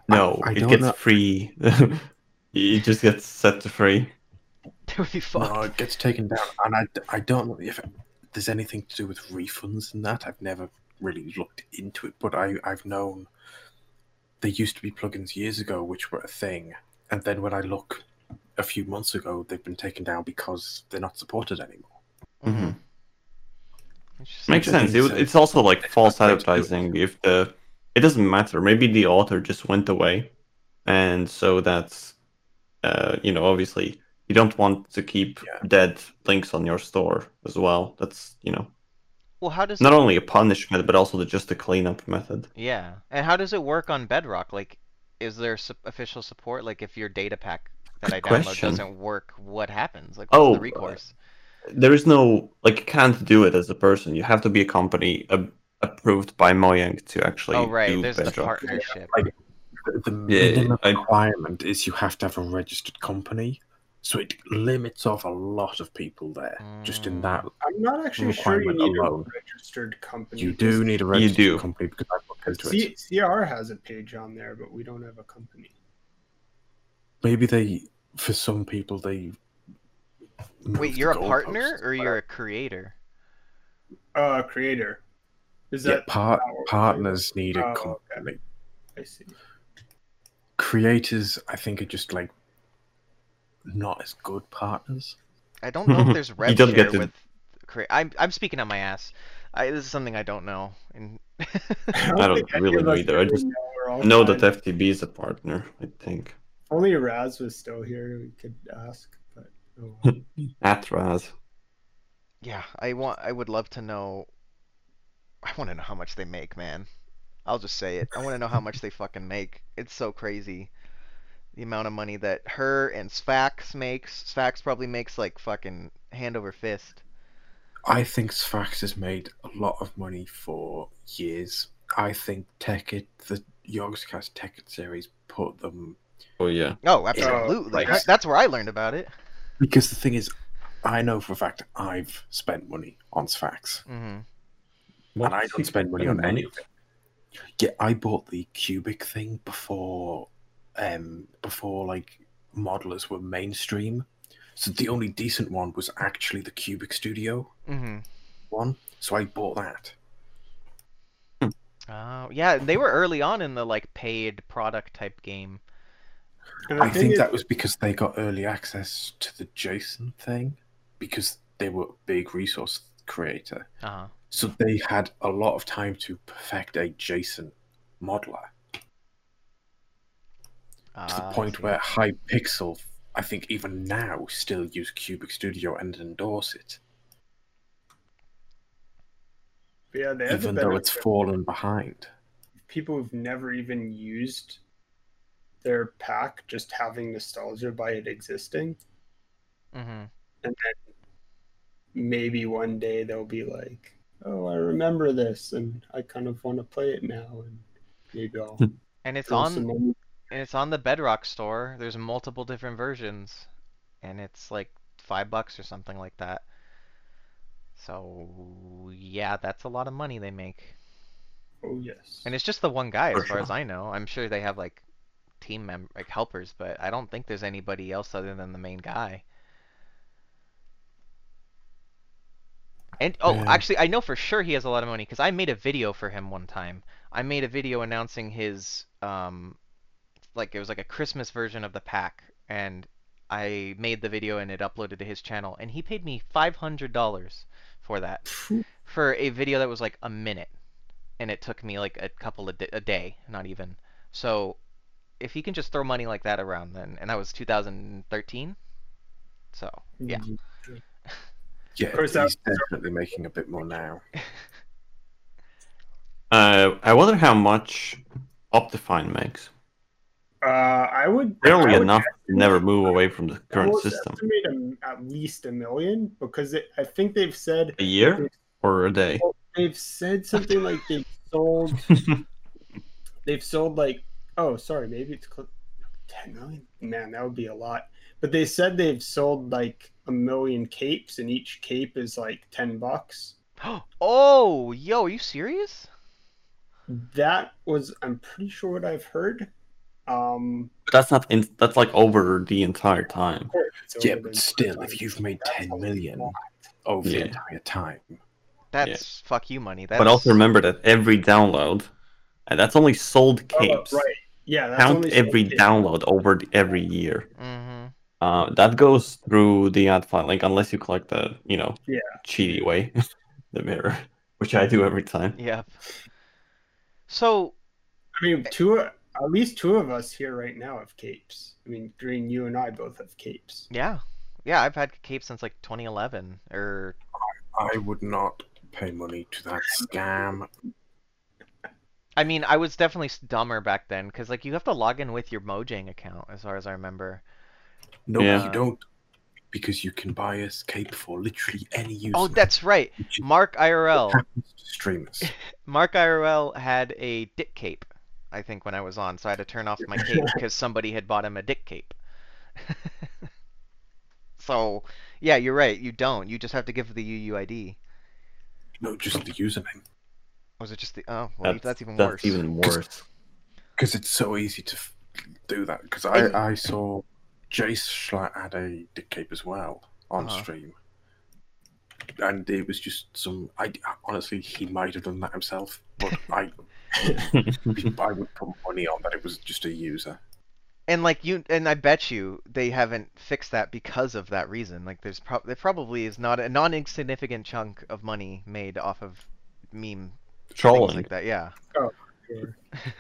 no,
I
it
don't
gets
know-
free. it just gets set to free.
That would be
No,
fucked.
it gets taken down, and I, I don't know if there's anything to do with refunds and that. I've never really looked into it, but I, I've known there used to be plugins years ago which were a thing, and then when I look a few months ago, they've been taken down because they're not supported anymore.
Mhm.
Interesting.
Makes
Interesting
sense. It,
sense.
it's also like false
Makes sense.
advertising. If the it doesn't matter. Maybe the author just went away, and so that's uh, you know obviously you don't want to keep
Yeah.
dead links on your store as well. That's you know
Well, how does
not only a punishment but also the, just a cleanup method.
yeah, and how does it work on Bedrock? Like, is there su- official support? Like, if your data pack that
Good
I download
question.
doesn't work, what happens? Like, what's
Oh, uh,
the recourse?
There is no like you can't do it as a person. You have to be a company a, approved by Mojang to actually
Oh, right.
do
There's the
Bedrock.
partnership.
The- The
Yeah,
minimum
I-
requirement is you have to have a registered company, so it limits off a lot of people there. Just in
Mm.
that,
I'm not actually sure you
requirement
need
alone.
a registered company.
you
because
do need a registered
do.
company because I've looked into it.
C- CR has a page on there, but we don't have a company.
maybe they for some people they move
Wait,
the
you're a partner
goalposts.
or you're a creator?
Uh, creator. Is
yeah,
that
par-
how-
partners need a
Oh,
company
I see.
creators i think are just like not as good partners
I don't know if there's rev
don't
share
get to-
with. Crea- I'm I'm speaking on my ass. I, this is something I don't know. And
I don't
think any
really
of
know
us
either. I just
know. We're all
Know
fine.
that FTB is a partner. I think
If only Raz was still here, we could ask. But oh, well.
Atraz.
yeah, I want. I would love to know. I want to know how much they make, man. I'll just say it. I want to know how much they fucking make. It's so crazy. The amount of money that her and Sfax makes. Sfax probably makes like fucking hand over fist.
i think sfax has made a lot of money for years i think Tekkit, the yogscast Tekkit series put them
Oh yeah.
Oh, absolutely.
like-
That- that's where I learned about it.
because the thing is I know for a fact I've spent money on Sfax.
Mm-hmm.
What?
And I don't spend money on any of it. Yeah, I bought the cubic thing before um before like modelers were mainstream. So the only decent one was actually the cubic studio
Mm-hmm.
one. So I bought that.
Oh, yeah, they were early on in the like paid product type game.
And
I think
it-
that was because they got early access to the JSON thing because they were a big resource creator.
Uh-huh.
So they had a lot of time to perfect a JSON modeler
Uh,
to the
I
point
see.
where Hypixel, I think even now, still use Cubic Studio and endorse it,
yeah, they have the
even though
benefit
it's fallen behind.
of people who've never even used their pack just having nostalgia by it existing.
Mhm.
and then maybe one day they'll be like, "Oh, I remember this, and I kind of want to play it now." And maybe I'll
And it's
throw
on
some money.
and it's on the Bedrock store. There's multiple different versions, and it's like five bucks or something like that. So yeah, that's a lot of money they make.
Oh yes,
And it's just the one guy, as
For
far as
sure.
I know. I'm sure they have like team mem like helpers, but I don't think there's anybody else other than the main guy. And oh,
Yeah.
actually, I know for sure he has a lot of money because I made a video for him one time. I made a video announcing his um, like it was like a Christmas version of the pack, and I made the video and it uploaded to his channel, and he paid me five hundred dollars for that for a video that was like a minute and it took me like a couple of di- a day not even so if he can just throw money like that around then and that was 2013 so yeah
Yeah,
course, that-
he's definitely making a bit more now.
Uh, I wonder how much Optifine makes.
Uh, I would I
Barely
would
enough to never move away from the
I
current
would
system.
estimate um, at least a million because it, I think they've said
A year or a day?
they've said something like they've sold they've sold like oh sorry maybe it's cl- 10 million man that would be a lot but they said they've sold like a million capes and each cape is like 10 bucks
oh yo are you serious
that was i'm pretty sure what i've heard um
But that's not. In, that's like over the entire time.
of course it's
Yeah,
over
but
the-
still, if you've made
That's a
10 million
lot.
over
Yeah.
the entire time,
that's fuck you money that's
But also remember that every download, and that's only sold
Oh,
capes.
right yeah that's
Count
only sold
every
capes.
download over the, every year.
mm-hmm.
Uh, that goes through the ad file link unless you collect the you know
Yeah.
cheaty way, the mirror, which I do every time.
yep so
i mean two at least two of us here right now have capes i mean green you and i both have capes
yeah yeah i've had cape since like 2011 or
I would not pay money to that scam.
I mean, I was definitely s- dumber back then because like you have to log in with your Mojang account, as far as I remember.
No,
Yeah.
you don't, because you can buy a cape for literally any user.
Oh, that's right.
which is
Mark
what
IRL.
happens to streamers.
Mark IRL had a dick cape, I think, when I was on, so I had to turn off my cape because somebody had bought him a dick cape. so, yeah, you're right. You don't. You just have to give the UUID.
No, just the username,
Was it just the? Oh, well,
That's,
that's even
that's
worse.
even worse.
because it's so easy to f- do that. Because
And-
I, I saw Jace Schlatt had a dick cape as well on
Uh-huh.
stream, and it was just some. I honestly, he might have done that himself, but I, I would put money on that it was just a user.
And like you, and I bet you they haven't fixed that because of that reason. Like there's prob there probably is not a non insignificant chunk of money made off of meme things
Trolling.
like that. Yeah.
Sure.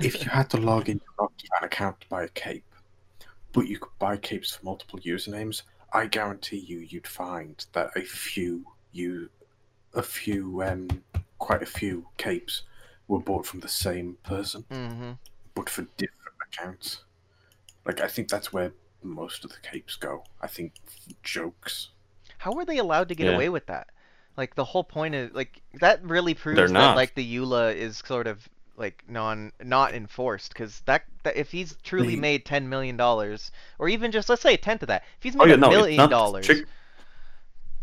if you had to log in your Octane account to buy a cape, but you could buy capes for multiple usernames, I guarantee you, you'd find that a few you, a few um, quite a few capes were bought from the same person,
hmm
but for different accounts. Like I think that's where most of the capes go. I think jokes.
How were they allowed to get
Yeah.
away with that? Like the whole point is like that really proves
They're
that
not.
like the E EULA is sort of like non not enforced because that, that if he's truly
Mm-hmm.
The-
made ten million dollars or even just let's say a tenth of that if he's
Oh
made
yeah,
a
no, it's
million
not
dollars
strict-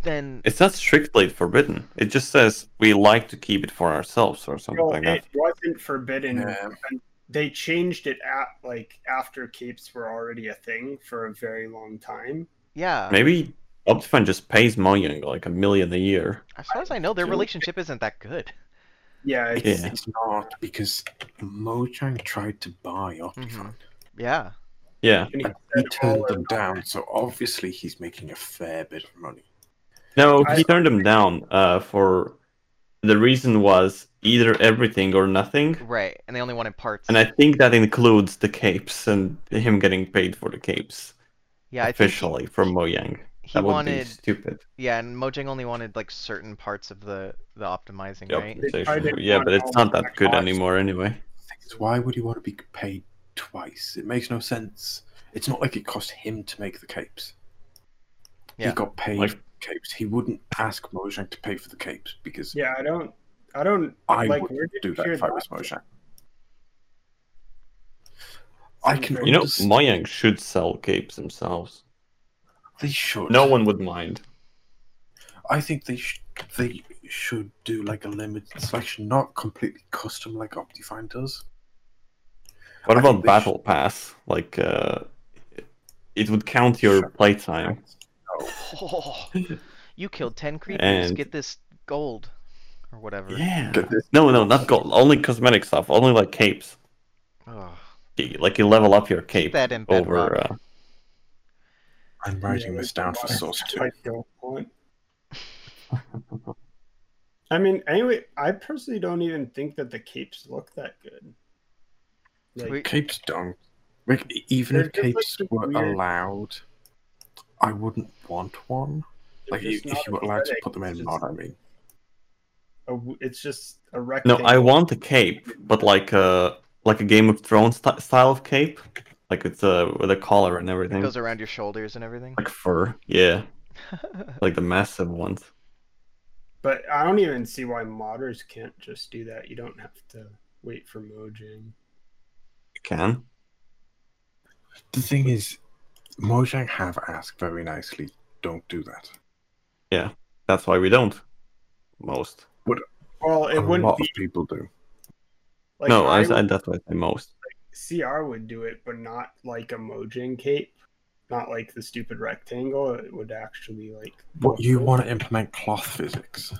then
It's not strictly forbidden. It just says we like to keep it for ourselves or something
No,
like that.
it wasn't forbidden.
Yeah.
and They changed it at like after capes were already a thing for a very long time.
yeah.
Maybe Optifine just pays Mojang like a million a year.
As far as I know, their
Dude.
relationship isn't that good.
Yeah, it's,
Yeah.
It's not because Mojang tried to buy Optifine.
Mhm. Yeah.
Yeah.
and he
But he
said all
turned
or
them
nothing.
down, so obviously he's making a fair bit of money.
No, he
I-
turned them down uh, for the reason was either everything or nothing.
Right. And they only wanted parts.
And I think that includes the capes and him getting paid for the capes
yeah, I think he-
officially from Mojang.
he,
That would
wanted
be stupid.
yeah, and Mojang only wanted like certain parts of the the optimizing,
the
right?
They
optimization.
tried to
Yeah,
run
but it's
all
not
the
that good
costs.
anymore anyway.
thing is, why would he want to be paid twice? It makes no sense. It's not like it cost him to make the capes.
Yeah.
He got paid
Like-
for the capes. He wouldn't ask Mojang to pay for the capes because
Yeah, I don't, I don't
I
like
would
where did
do
you
that
hear
if I was
that?
Mojang. I can
You
You know,
understand-
Mojang should sell capes themselves.
they should.
No one would mind.
I think they sh- they should do like a limited selection, not completely custom like Optifine does.
What
I
about
think they should-
Battle Pass? Like, uh, it would count your
Sure.
playtime.
Oh, you killed ten creatures.
And-
Get this gold or whatever.
Yeah.
Get this-
No, no, not gold. Only cosmetic stuff. Only like capes.
Ugh.
Y- Like you level up your cape
that in
over.
Bedrock.
Uh,
I'm writing this down for source two.
I don't want. I mean, anyway, I personally don't even think that the capes look that good. Like,
We-
Capes don't. Like, e- even if
They're just, like,
capes
the
were
weird-
allowed, I wouldn't want one.
they're
Like, you,
just
if
not
you were allowed to
aesthetic,
put them
it's
in
just
mod, I mean.
a w- it's just a
no,
rectangle.
I want a cape, but like a like a Game of Thrones sti- style of cape, like it's uh, with a collar and everything,
It goes around your shoulders and everything.
like fur. Yeah, like the massive ones.
But I don't even see why modders can't just do that. You don't have to wait for Mojang.
You can.
The thing is, Mojang have asked very nicely, don't do that.
That's why we don't. Most.
Well, it
a lot
wouldn't be
of people do.
like
no, I,
I
I,
would-
that's why I say most.
CR would do it, but not like a Mojang cape, not like the stupid rectangle. It would actually like
What
look
you
good.
want to implement cloth physics?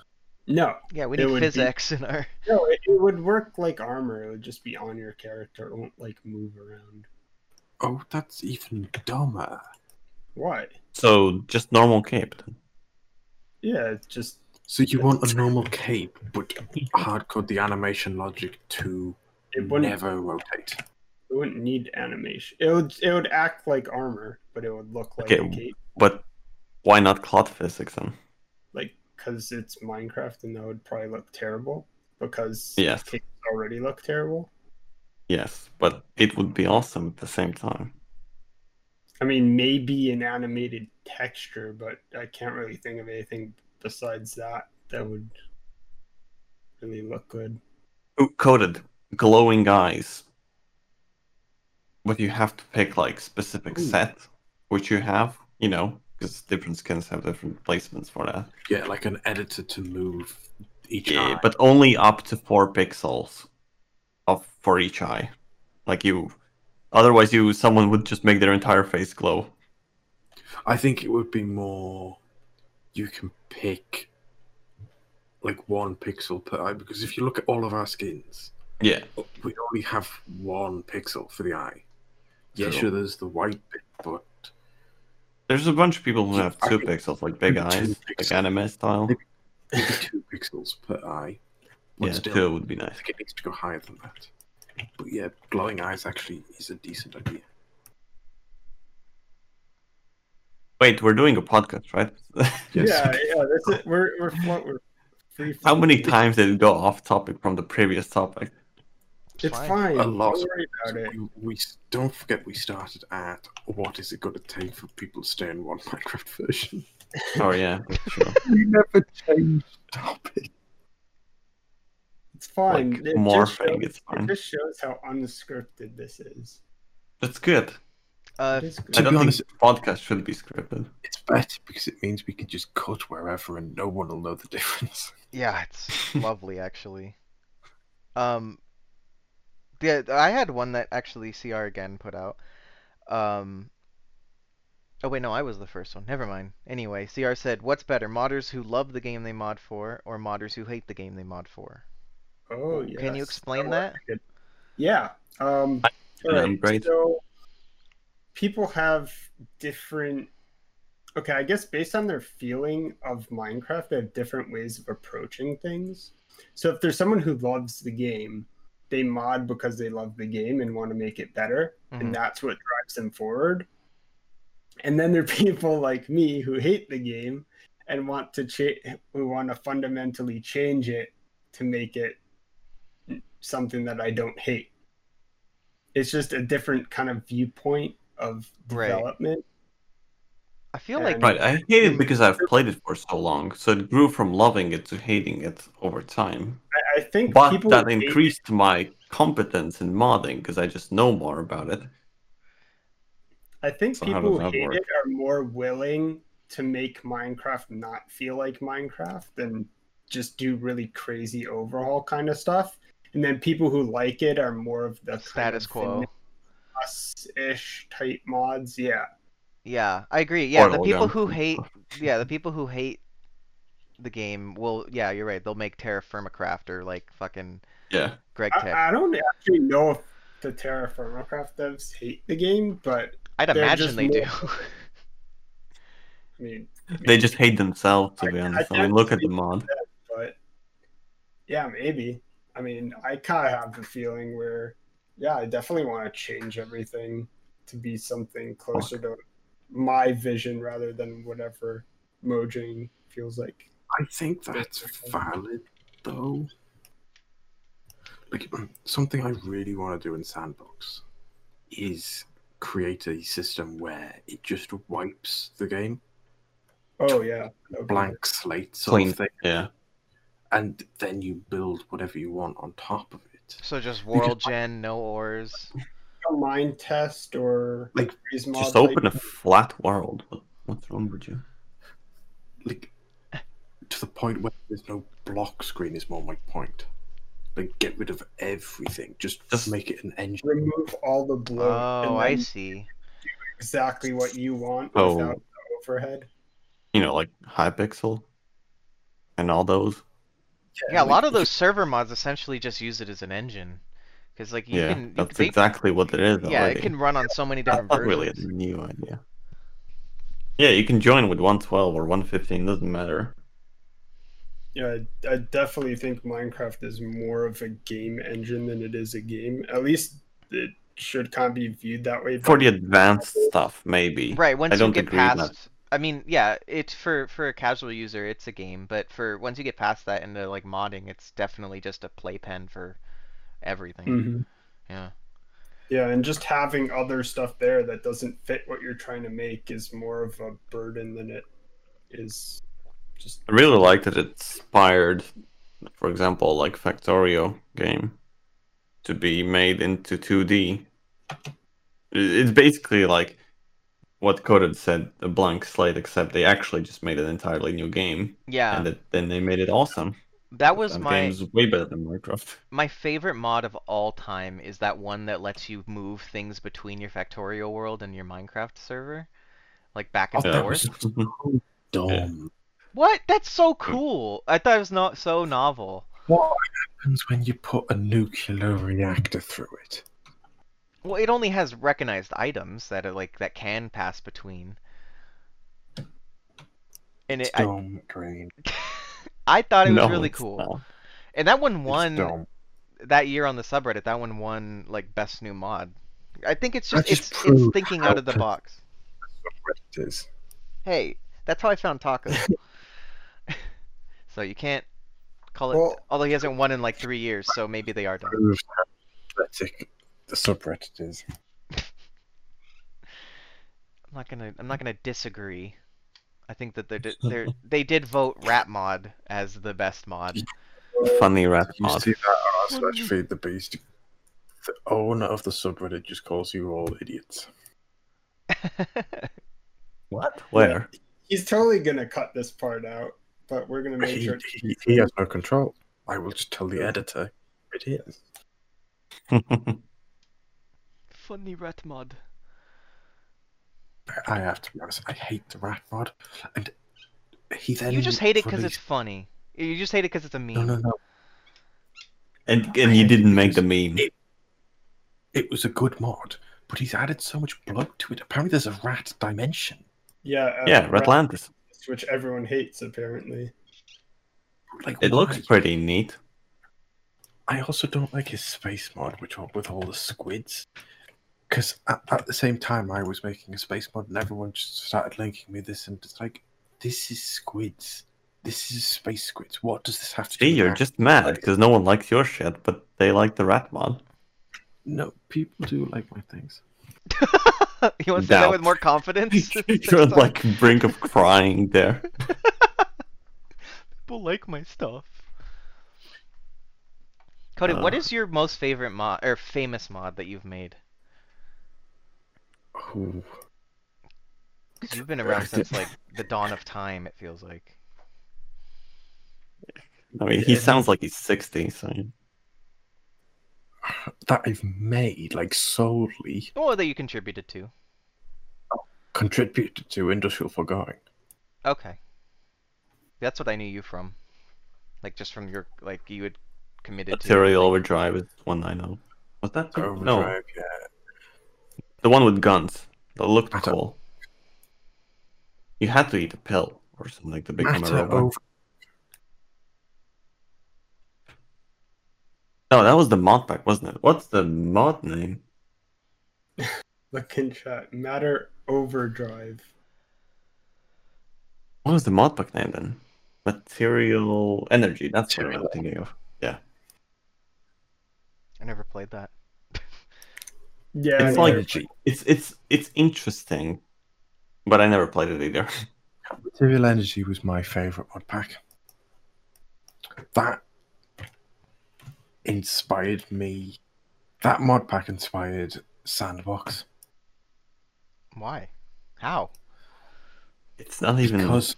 No,
yeah, we
It
need
would be-
physics in our.
no, it, it would work like armor. It would just be on your character. It won't like move around.
Oh, that's even dumber.
Why?
So just normal cape. Then.
Yeah, it's just
So you want a normal cape, but hardcode the animation logic to
it wouldn't
never rotate.
it wouldn't need animation. It would it would act like armor, but it would look like
Okay.
a cape,
But why not cloth physics then?
like because it's Minecraft, and that would probably look terrible because
Yes.
capes already look terrible.
Yes, but it would be awesome at the same time.
I mean, maybe an animated texture, but I can't really think of anything besides that that would really look good.
Ooh, coated, glowing eyes. But you have to pick like specific
Ooh.
set, which you have, you know, because different skins have different placements for that.
Yeah, like an editor to move each
Yeah,
eye.
but only up to four pixels of for each eye. Like you, otherwise you someone would just make their entire face glow.
I think it would be more you can pick like one pixel per eye because if you look at all of our skins,
Yeah,
we only have one pixel for the eye. Yeah,
True.
sure, there's the white bit, but
there's a bunch of people who
Yeah,
have
I
two
think
pixels, like big
two
eyes, like
pixels.
anime style.
Maybe maybe two pixels per eye. But
Yeah,
still,
two would be nice.
I think it needs to go higher than that. But yeah, glowing eyes actually is a decent idea.
Wait, we're doing a podcast, right?
Yeah, yeah. That's it. We're we're, flo- we're free.
How
flowing.
many times did it go off topic from the previous topic?
It's fine.
A lot.
Don't worry about it.
We, we s- don't forget we started at what is it going to take for people to stay in one Minecraft version?
Oh yeah, that's true.
we never changed topic.
It's fine.
like
it, just
morphing,
shows,
it's
it
fine.
just shows how unscripted this is.
That's good.
Uh,
It's good.
I
To
don't
be
think
honest-
podcast should be scripted.
It's better because it means we can just cut wherever and no one will know the difference.
yeah, it's lovely actually. Um, yeah, I had one that actually CR again put out. Um, oh wait, no, I was the first one. Never mind. Anyway, CR said, "What's better, modders who love the game they mod for, or modders who hate the game they mod for?"
Oh, yes.
Can you explain
Oh,
that?
Yeah. Um, all
I'm great.
So people have different. Okay, I guess based on their feeling of Minecraft, they have different ways of approaching things. So if there's someone who loves the game, they mod because they love the game and want to make it better,
Mhm.
and that's what drives them forward. And then there are people like me who hate the game and want to cha- who want to fundamentally change it to make it something that I don't hate. It's just a different kind of viewpoint of
Right.
development.
I feel like
And-
Right, I hate it because I've played it for so long, so it grew from loving it to hating it over time.
I, I think
But
people
that
who hate-
increased my competence in modding because I just know more about it.
I think
So how
people
does
who
that
hate
work?
it are more willing to make Minecraft not feel like Minecraft than just do really crazy overhaul kind of stuff. And then people who like it are more of the
status quo.
ish type mods. Yeah.
Yeah, I agree. Yeah, the
Portal
people
gun.
who hate yeah, the people who hate the game will yeah, you're right. They'll make Terra Firma Craft or like fucking
Yeah,
Greg Tech.
I, I don't actually know if the Terra Firma Craft devs hate the game, but
I'd
they're
imagine
just
they do.
I mean,
they just hate themselves to be
I- I
honest. I mean,
can't
look at the
speak
mod.
but yeah, maybe. I mean, I kind of have the feeling where, yeah, I definitely want to change everything to be something closer to my vision rather than whatever Mojang feels like.
I think that's valid, though. Like, something I really want to do in Sandbox is create a system where it just wipes the game,
Oh yeah, okay.
blank slate sort
Clean.
of thing,
Yeah,
and then you build whatever you want on top of it.
So just world gen, no ores.
A mine test or
Like,
freeze mod
just
type
open a flat world. What- What's wrong with you?
like to the point where there's no block screen is more my point. Like get rid of everything, just,
Just-
make it an engine.
remove all the bloat
Oh,
and
I
then
see.
exactly what you want
Oh.
without the overhead.
You know, like Hypixel and all those.
Yeah, a
like,
lot of
if you-
those server mods essentially just use it as an engine. Cuz like you
yeah,
can
that's
they,
exactly what it is.
Yeah,
already.
it can run on so many
That's
different
not really a
versions.
new idea. Yeah, you can join with 112 or 115, doesn't matter.
Yeah, I I definitely think Minecraft is more of a game engine than it is a game. At least it should kind of be viewed that way.
For the advanced stuff, maybe.
Right, once you
don't
get
agree with that.
past I mean, yeah, it's for for a casual user, it's a game, but for once you get past that into like modding, it's definitely just a playpen for everything.
Mhm.
Yeah.
Yeah, and just having other stuff there that doesn't fit what you're trying to make is more of a burden than it is just.
I really like that it inspired, for example, like Factorio game to be made into 2D. It- It's basically like what Coded said, a blank slate, except they actually just made an entirely new game,
Yeah.
and it, then they made it awesome.
that was
That
my
game's way better than Minecraft.
my favorite mod of all time is that one that lets you move things between your Factorio world and your Minecraft server, like back and
Oh, that
forth.
was dumb.
What? That's so cool. I thought it was not so novel.
What happens when you put a nuclear reactor through it?
Well, it only has recognized items that are like that can pass between. And
It's
it, I,
dumb, Green.
I thought it was
No,
really
it's
cool.
not.
And that one
It's
won
dumb.
that year on the subreddit. That one won like best new mod. I think it's just
That
it's
just
it's
proves
thinking
how
out of the
con-
box.
It is.
Hey, that's how I found tacos. so you can't call it.
Well-
although he hasn't won in like three years, so maybe they are done.
Proves how pathetic the subreddit is.
I'm not gonna. I'm not gonna disagree. I think that they're di- they're they did vote Rat Mod as the best mod.
Funny rat
You
mod.
see that on our slash feed the beast. The owner of the subreddit just calls you all idiots.
What? Where?
He's totally gonna cut this part out, but we're gonna make
He,
sure.
he, he has no control. I will just tell the editor. It is.
Funny rat mod.
But I have to be honest. I hate the rat mod, and he then
You just hate it because it's
released-
funny. You just hate it because it's a meme.
no, no, no.
and and you didn't make the meme.
It was a good mod, but he's added so much bloat to it. Apparently, there's a rat dimension.
Yeah, uh,
Yeah, Ratlantis.
Ratlantis, which everyone hates apparently.
Like
It looks
why?
pretty neat.
I also don't like his space mod, which all- with all the squids. Because at, at the same time, I was making a space mod, and everyone just started linking me this, and it's like, this is squids. This is space squids. What does this have to do?
See,
with
you're
that?
just mad because no one likes your shit, but they like the rat mod.
no people do like my things.
you want to say that
Doubt.
with more confidence? Next
you're on
time.
like brink of crying there.
people like my stuff. Cody, what
Uh.
is your most favorite mod or famous mod that you've made?
Ooh.
'Cause you've been around since like the dawn of time. It feels like.
I mean, he
Yeah.
sounds like he's sixty. So
That I've made, like solely
Or that you contributed to.
contributed to industrial forgotten.
Okay. That's what I knew you from. Like just from your like you had committed
material overdrive is one I know. Was that the- no
Overdrive, yeah.
the one with guns that looked
I don't-
cool? You had to eat a pill or something to become a
Matter
robot.
over-
No, that was the mod pack, wasn't it? What's the mod name?
Look in chat. Matter Overdrive.
What was the mod pack name then? Material energy. That's what I'm
Material.
thinking of.
to. I never played that.
Yeah,
It's
I
like
know.
it's it's it's interesting, but I never played it either.
Material Energy was my favorite mod pack. That inspired me. That mod pack inspired Sandbox
Why? How?
It's not even
because.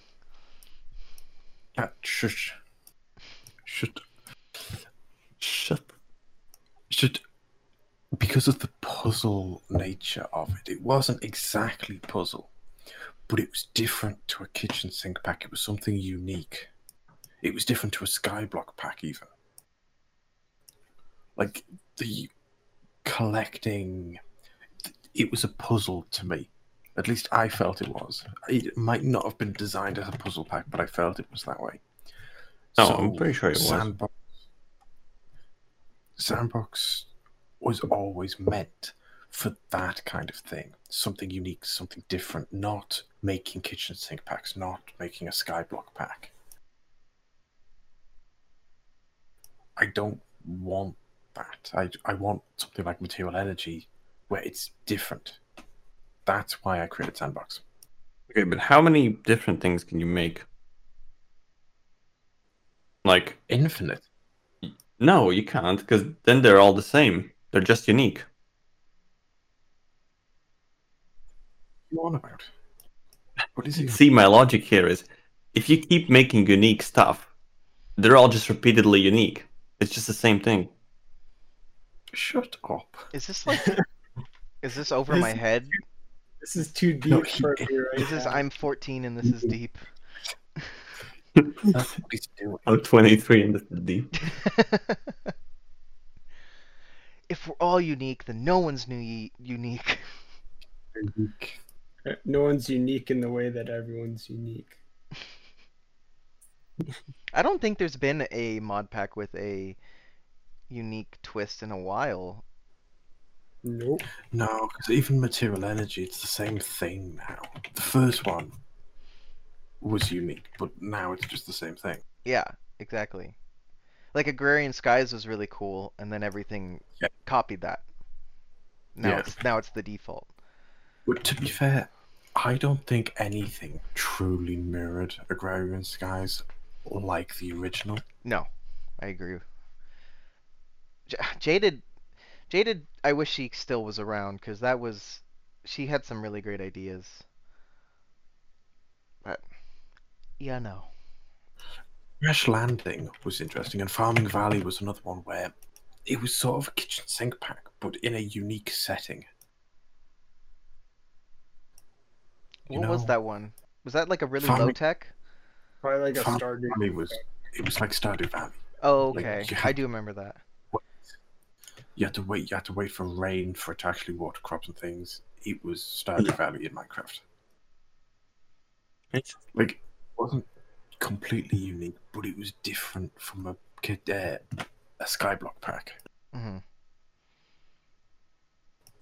Uh, shush. Should.
shut.
Should. Because of the puzzle nature of it, it wasn't exactly puzzle, but it was different to a kitchen sink pack. It was something unique. It was different to a skyblock pack, even. Like the collecting, it was a puzzle to me. At least I felt it was. It might not have been designed as a puzzle pack, but I felt it was that way.
No,
So-
Oh, I'm pretty sure it was.
Sandbox. Sandbox was always meant for that kind of thing. Something unique, something different, not making kitchen sink packs, not making a skyblock pack. I don't want that. I, I want something like material energy where it's different. That's why I created Sandbox.
Okay, but how many different things can you make? Like,
Infinite.
no, you can't, because then they're all the same. They're just unique.
What are you on about? What is it?
See, my logic here is if you keep making unique stuff, they're all just repeatedly unique. It's just the same thing.
Shut up.
Is this like Is this over my
This-
head?
This is too deep
No, he-
for me right
This is
now.
I'm 14 and this is deep.
That's what he's doing.
I'm 23 and this is deep.
if we're all unique, then no one's new ye- unique.
unique.
No one's unique in the way that everyone's unique.
I don't think there's been a mod pack with a unique twist in a while.
Nope.
No, because even material energy, it's the same thing now. The first one was unique, but now it's just the same thing.
Yeah, exactly. Like Agrarian Skies was really cool, and then everything
Yeah.
copied that. Now
Yeah.
it's now it's the default.
But to be fair, I don't think anything truly mirrored Agrarian Skies like the original.
No, I agree. J- Jaded, Jaded. I wish she still was around because that was she had some really great ideas. But yeah, no.
Crash Landing was interesting, and Farming Valley was another one where it was sort of a kitchen sink pack, but in a unique setting. You
What was
know,
that one? Was that like a really
Farming-
low tech?
Probably like a
Farming
Stargate.
Valley was it was like Stardew Valley.
Oh,
Like,
okay.
you
I
had-
do remember that.
You had to wait. You had to wait for rain for it to actually water crops and things. It was Stardew Valley in Minecraft.
It's-
Like, it wasn't completely unique, but it was different from a kid- uh, a skyblock pack.
hmm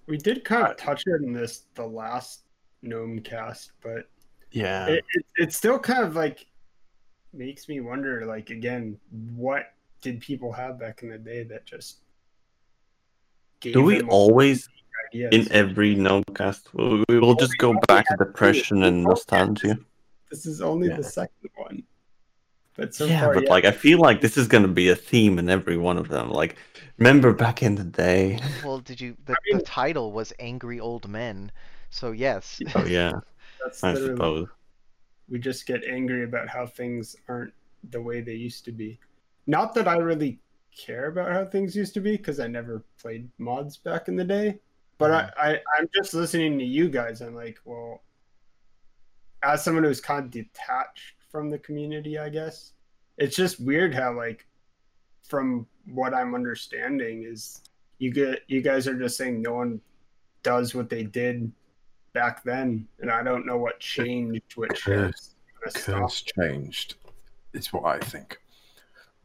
We did kind
Uh,
of touch it in this the last gnome cast, but
Yeah,
it, it, it still kind of like makes me wonder like again what did people have back in the day that just gave
Do we
them
always,
ideas?
in every Nomecast, we we will just go back to depression and nostalgia?
this is only
Yeah.
the second one but so
Yeah,
far
but
yeah,
like I feel like this is gonna be a theme in every one of them. Like, remember back in the day?
Well, did you? The,
mean-
the title was "Angry Old Men," so yes.
Oh yeah,
that's
I
literally-
suppose.
we just get angry about how things aren't the way they used to be not that i really care about how things used to be because i never played mods back in the day but I, I i'm just listening to you guys i'm like well as someone who's kind of detached from the community i guess it's just weird how like from what i'm understanding is you get you guys are just saying no one does what they did back then and i don't know what changed which
Curse.
stuff.
Curse changed. It's what I think.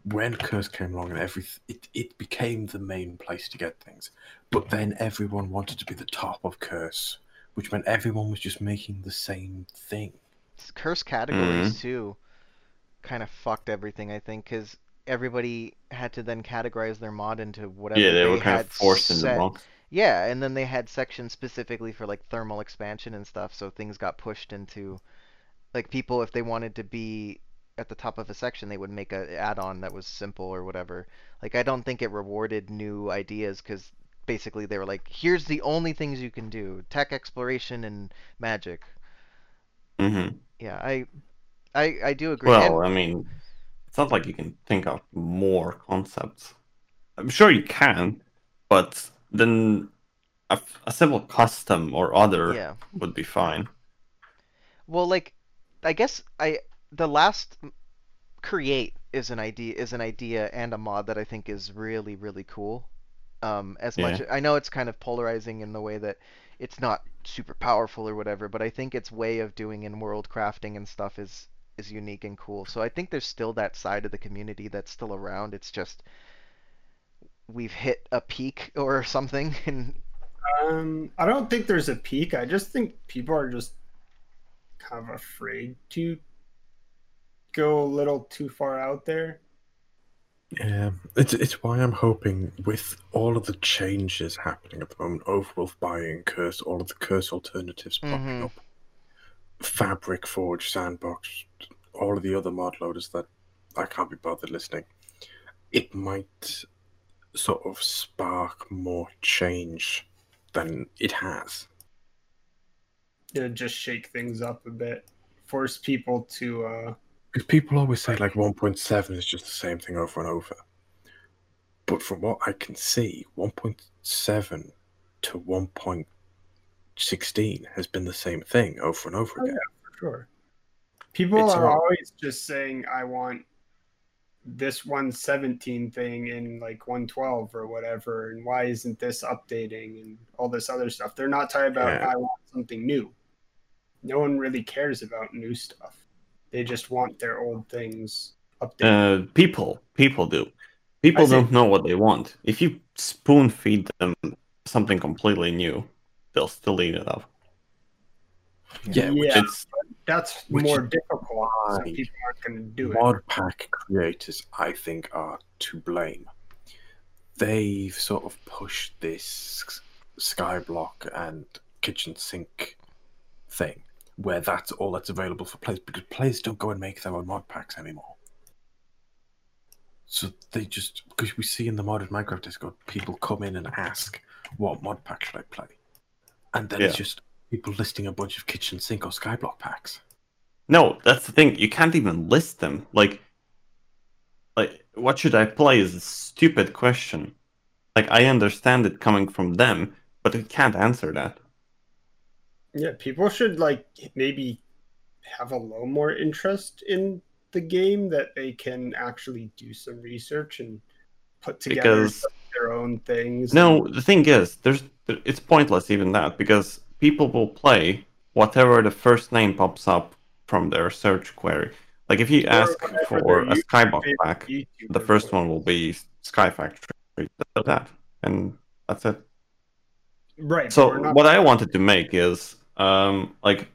When Curse came along and everything, it, it became the main place to get things. But then everyone wanted to be the top of Curse, which meant everyone was just making the same thing.
s- curse categories
Mm-hmm.
too kind of fucked everything i think because everybody had to then categorize their mod into whatever
Yeah, they were kind
had
of forced into
set.
box.
yeah and then they had sections specifically for like thermal expansion and stuff so things got pushed into like people if they wanted to be at the top of a section they would make a add-on that was simple or whatever like i don't think it rewarded new ideas because basically they were like here's the only things you can do tech exploration and magic
hmm
yeah i i i do agree And-
Well, I mean, it's not like you can think of more concepts. I'm sure you can, but then a, a simple custom or other
Yeah.
would be fine.
Well, like, I guess I the last create is an idea is an idea and a mod that I think is really really cool. Um, as much I know it's kind of polarizing in the way that it's not super powerful or whatever, but I think its way of doing in world crafting and stuff is is unique and cool. So I think there's still that side of the community that's still around. It's just we've hit a peak or something and
Um, I don't think there's a peak. I just think people are just kind of afraid to go a little too far out there.
Yeah, it's it's why I'm hoping with all of the changes happening at the moment, Overwolf buying Curse, all of the Curse alternatives popping
Mhm.
up, Fabric Forge, Sandbox, all of the other mod loaders that I can't be bothered listening. It might sort of spark more change than it has.
To just shake things up a bit, force people to. Uh,
Because people always say like 1.7 is just the same thing over and over. But from what I can see, 1.7 to 1.16 has been the same thing over and over
Oh,
again.
sure, people
It's
are
not-
always just saying, "I want this 117 thing in like 112 or whatever," and why isn't this updating and all this other stuff. They're not talking about
Yeah.
I want something new. No one really cares about new stuff. They just want their old things updated.
Uh, people, people do. People
see.
don't know what they want. If you spoon feed them something completely new, they'll still eat it up.
Yeah, which
Yeah.
It's
That's
which
more
is
difficult. So
why
people aren't going to do it.
mod pack creators, I think, are to blame. They've sort of pushed this skyblock and kitchen sink thing, where that's all that's available for players, because players don't go and make their own mod packs anymore. So they just, because we see in the modded Minecraft Discord, people come in and ask, "What mod pack should I play?" And then it's just people listing a bunch of kitchen sink or skyblock packs.
No, that's the thing. You can't even list them. Like, like what should I play is a stupid question. Like, I understand it coming from them, but we can't answer that.
Yeah, people should like maybe have a little more interest in the game that they can actually do some research and put together
Because-
some of their own things.
No, the thing is, there's it's pointless even that because people will play whatever the first name pops up from their search query. Like if you
Or
ask
whatever
for
their
a skybox
YouTube-
pack,
YouTube
the
or
first
whatever.
one will be Sky Factory. That's That and that's it.
Right.
So
we're not-
what I wanted to make is um like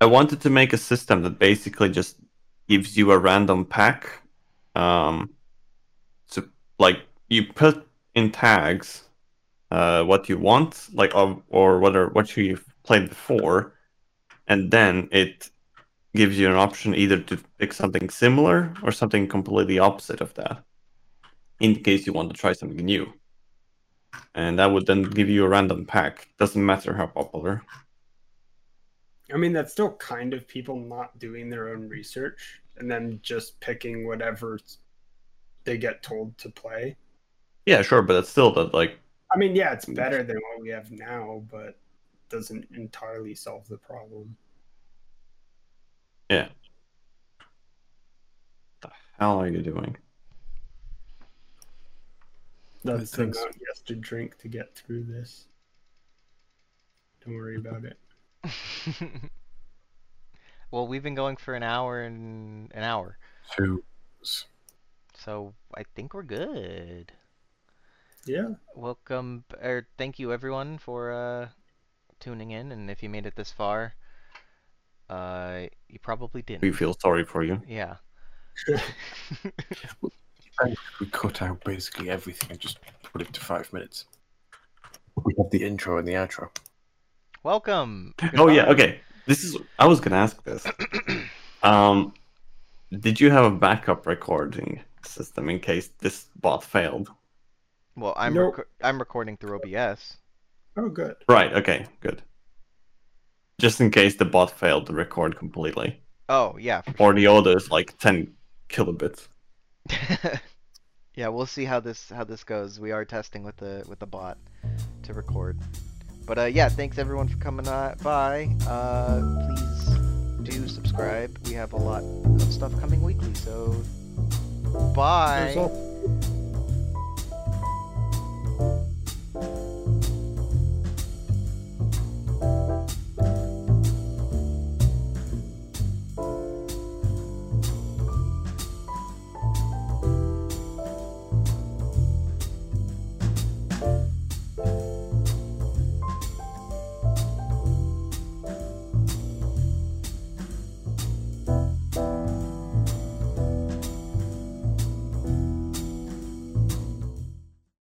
I wanted to make a system that basically just gives you a random pack. Um so like you put in tags uh what you want, like of or what are what you've played before, and then it gives you an option either to pick something similar or something completely opposite of that. In case you want to try something new and that would then give you a random pack. Doesn't matter how popular.
I mean, that's still kind of people not doing their own research and then just picking whatever they get told to play.
Yeah, sure, but it's still that like
I mean, yeah,
Mm.
it's better than what we have now, but doesn't entirely solve the problem.
how are you doing?
That's the
think so.
amount he has to drink to get through this. Don't worry about it.
well, we've been going for an hour and an hour,
Who?
so I think we're good.
Yeah.
Welcome, b- or thank you everyone for uh, tuning in, and if you made it this far, uh, you probably
We
didn't.
feel sorry for you.
Yeah.
We cut out basically everything and just put it to five minutes. We have the intro and the outro.
Welcome.
Oh yeah,
Goodbye.
okay. This is I was gonna ask this. Um, did you have a backup recording system in case this bot failed?
Well, I'm
Nope.
recor- I'm recording through OBS.
Oh, good.
Right. Okay. Good. Just in case the bot failed to record completely,
Oh yeah. for
or the audio is like ten kilobits.
sure. yeah, we'll see how this how this goes. We are testing with the with the bot to record. But uh, yeah, thanks everyone for coming uh, by. Uh, please do subscribe. We have a lot of stuff coming weekly. So bye.
There's all-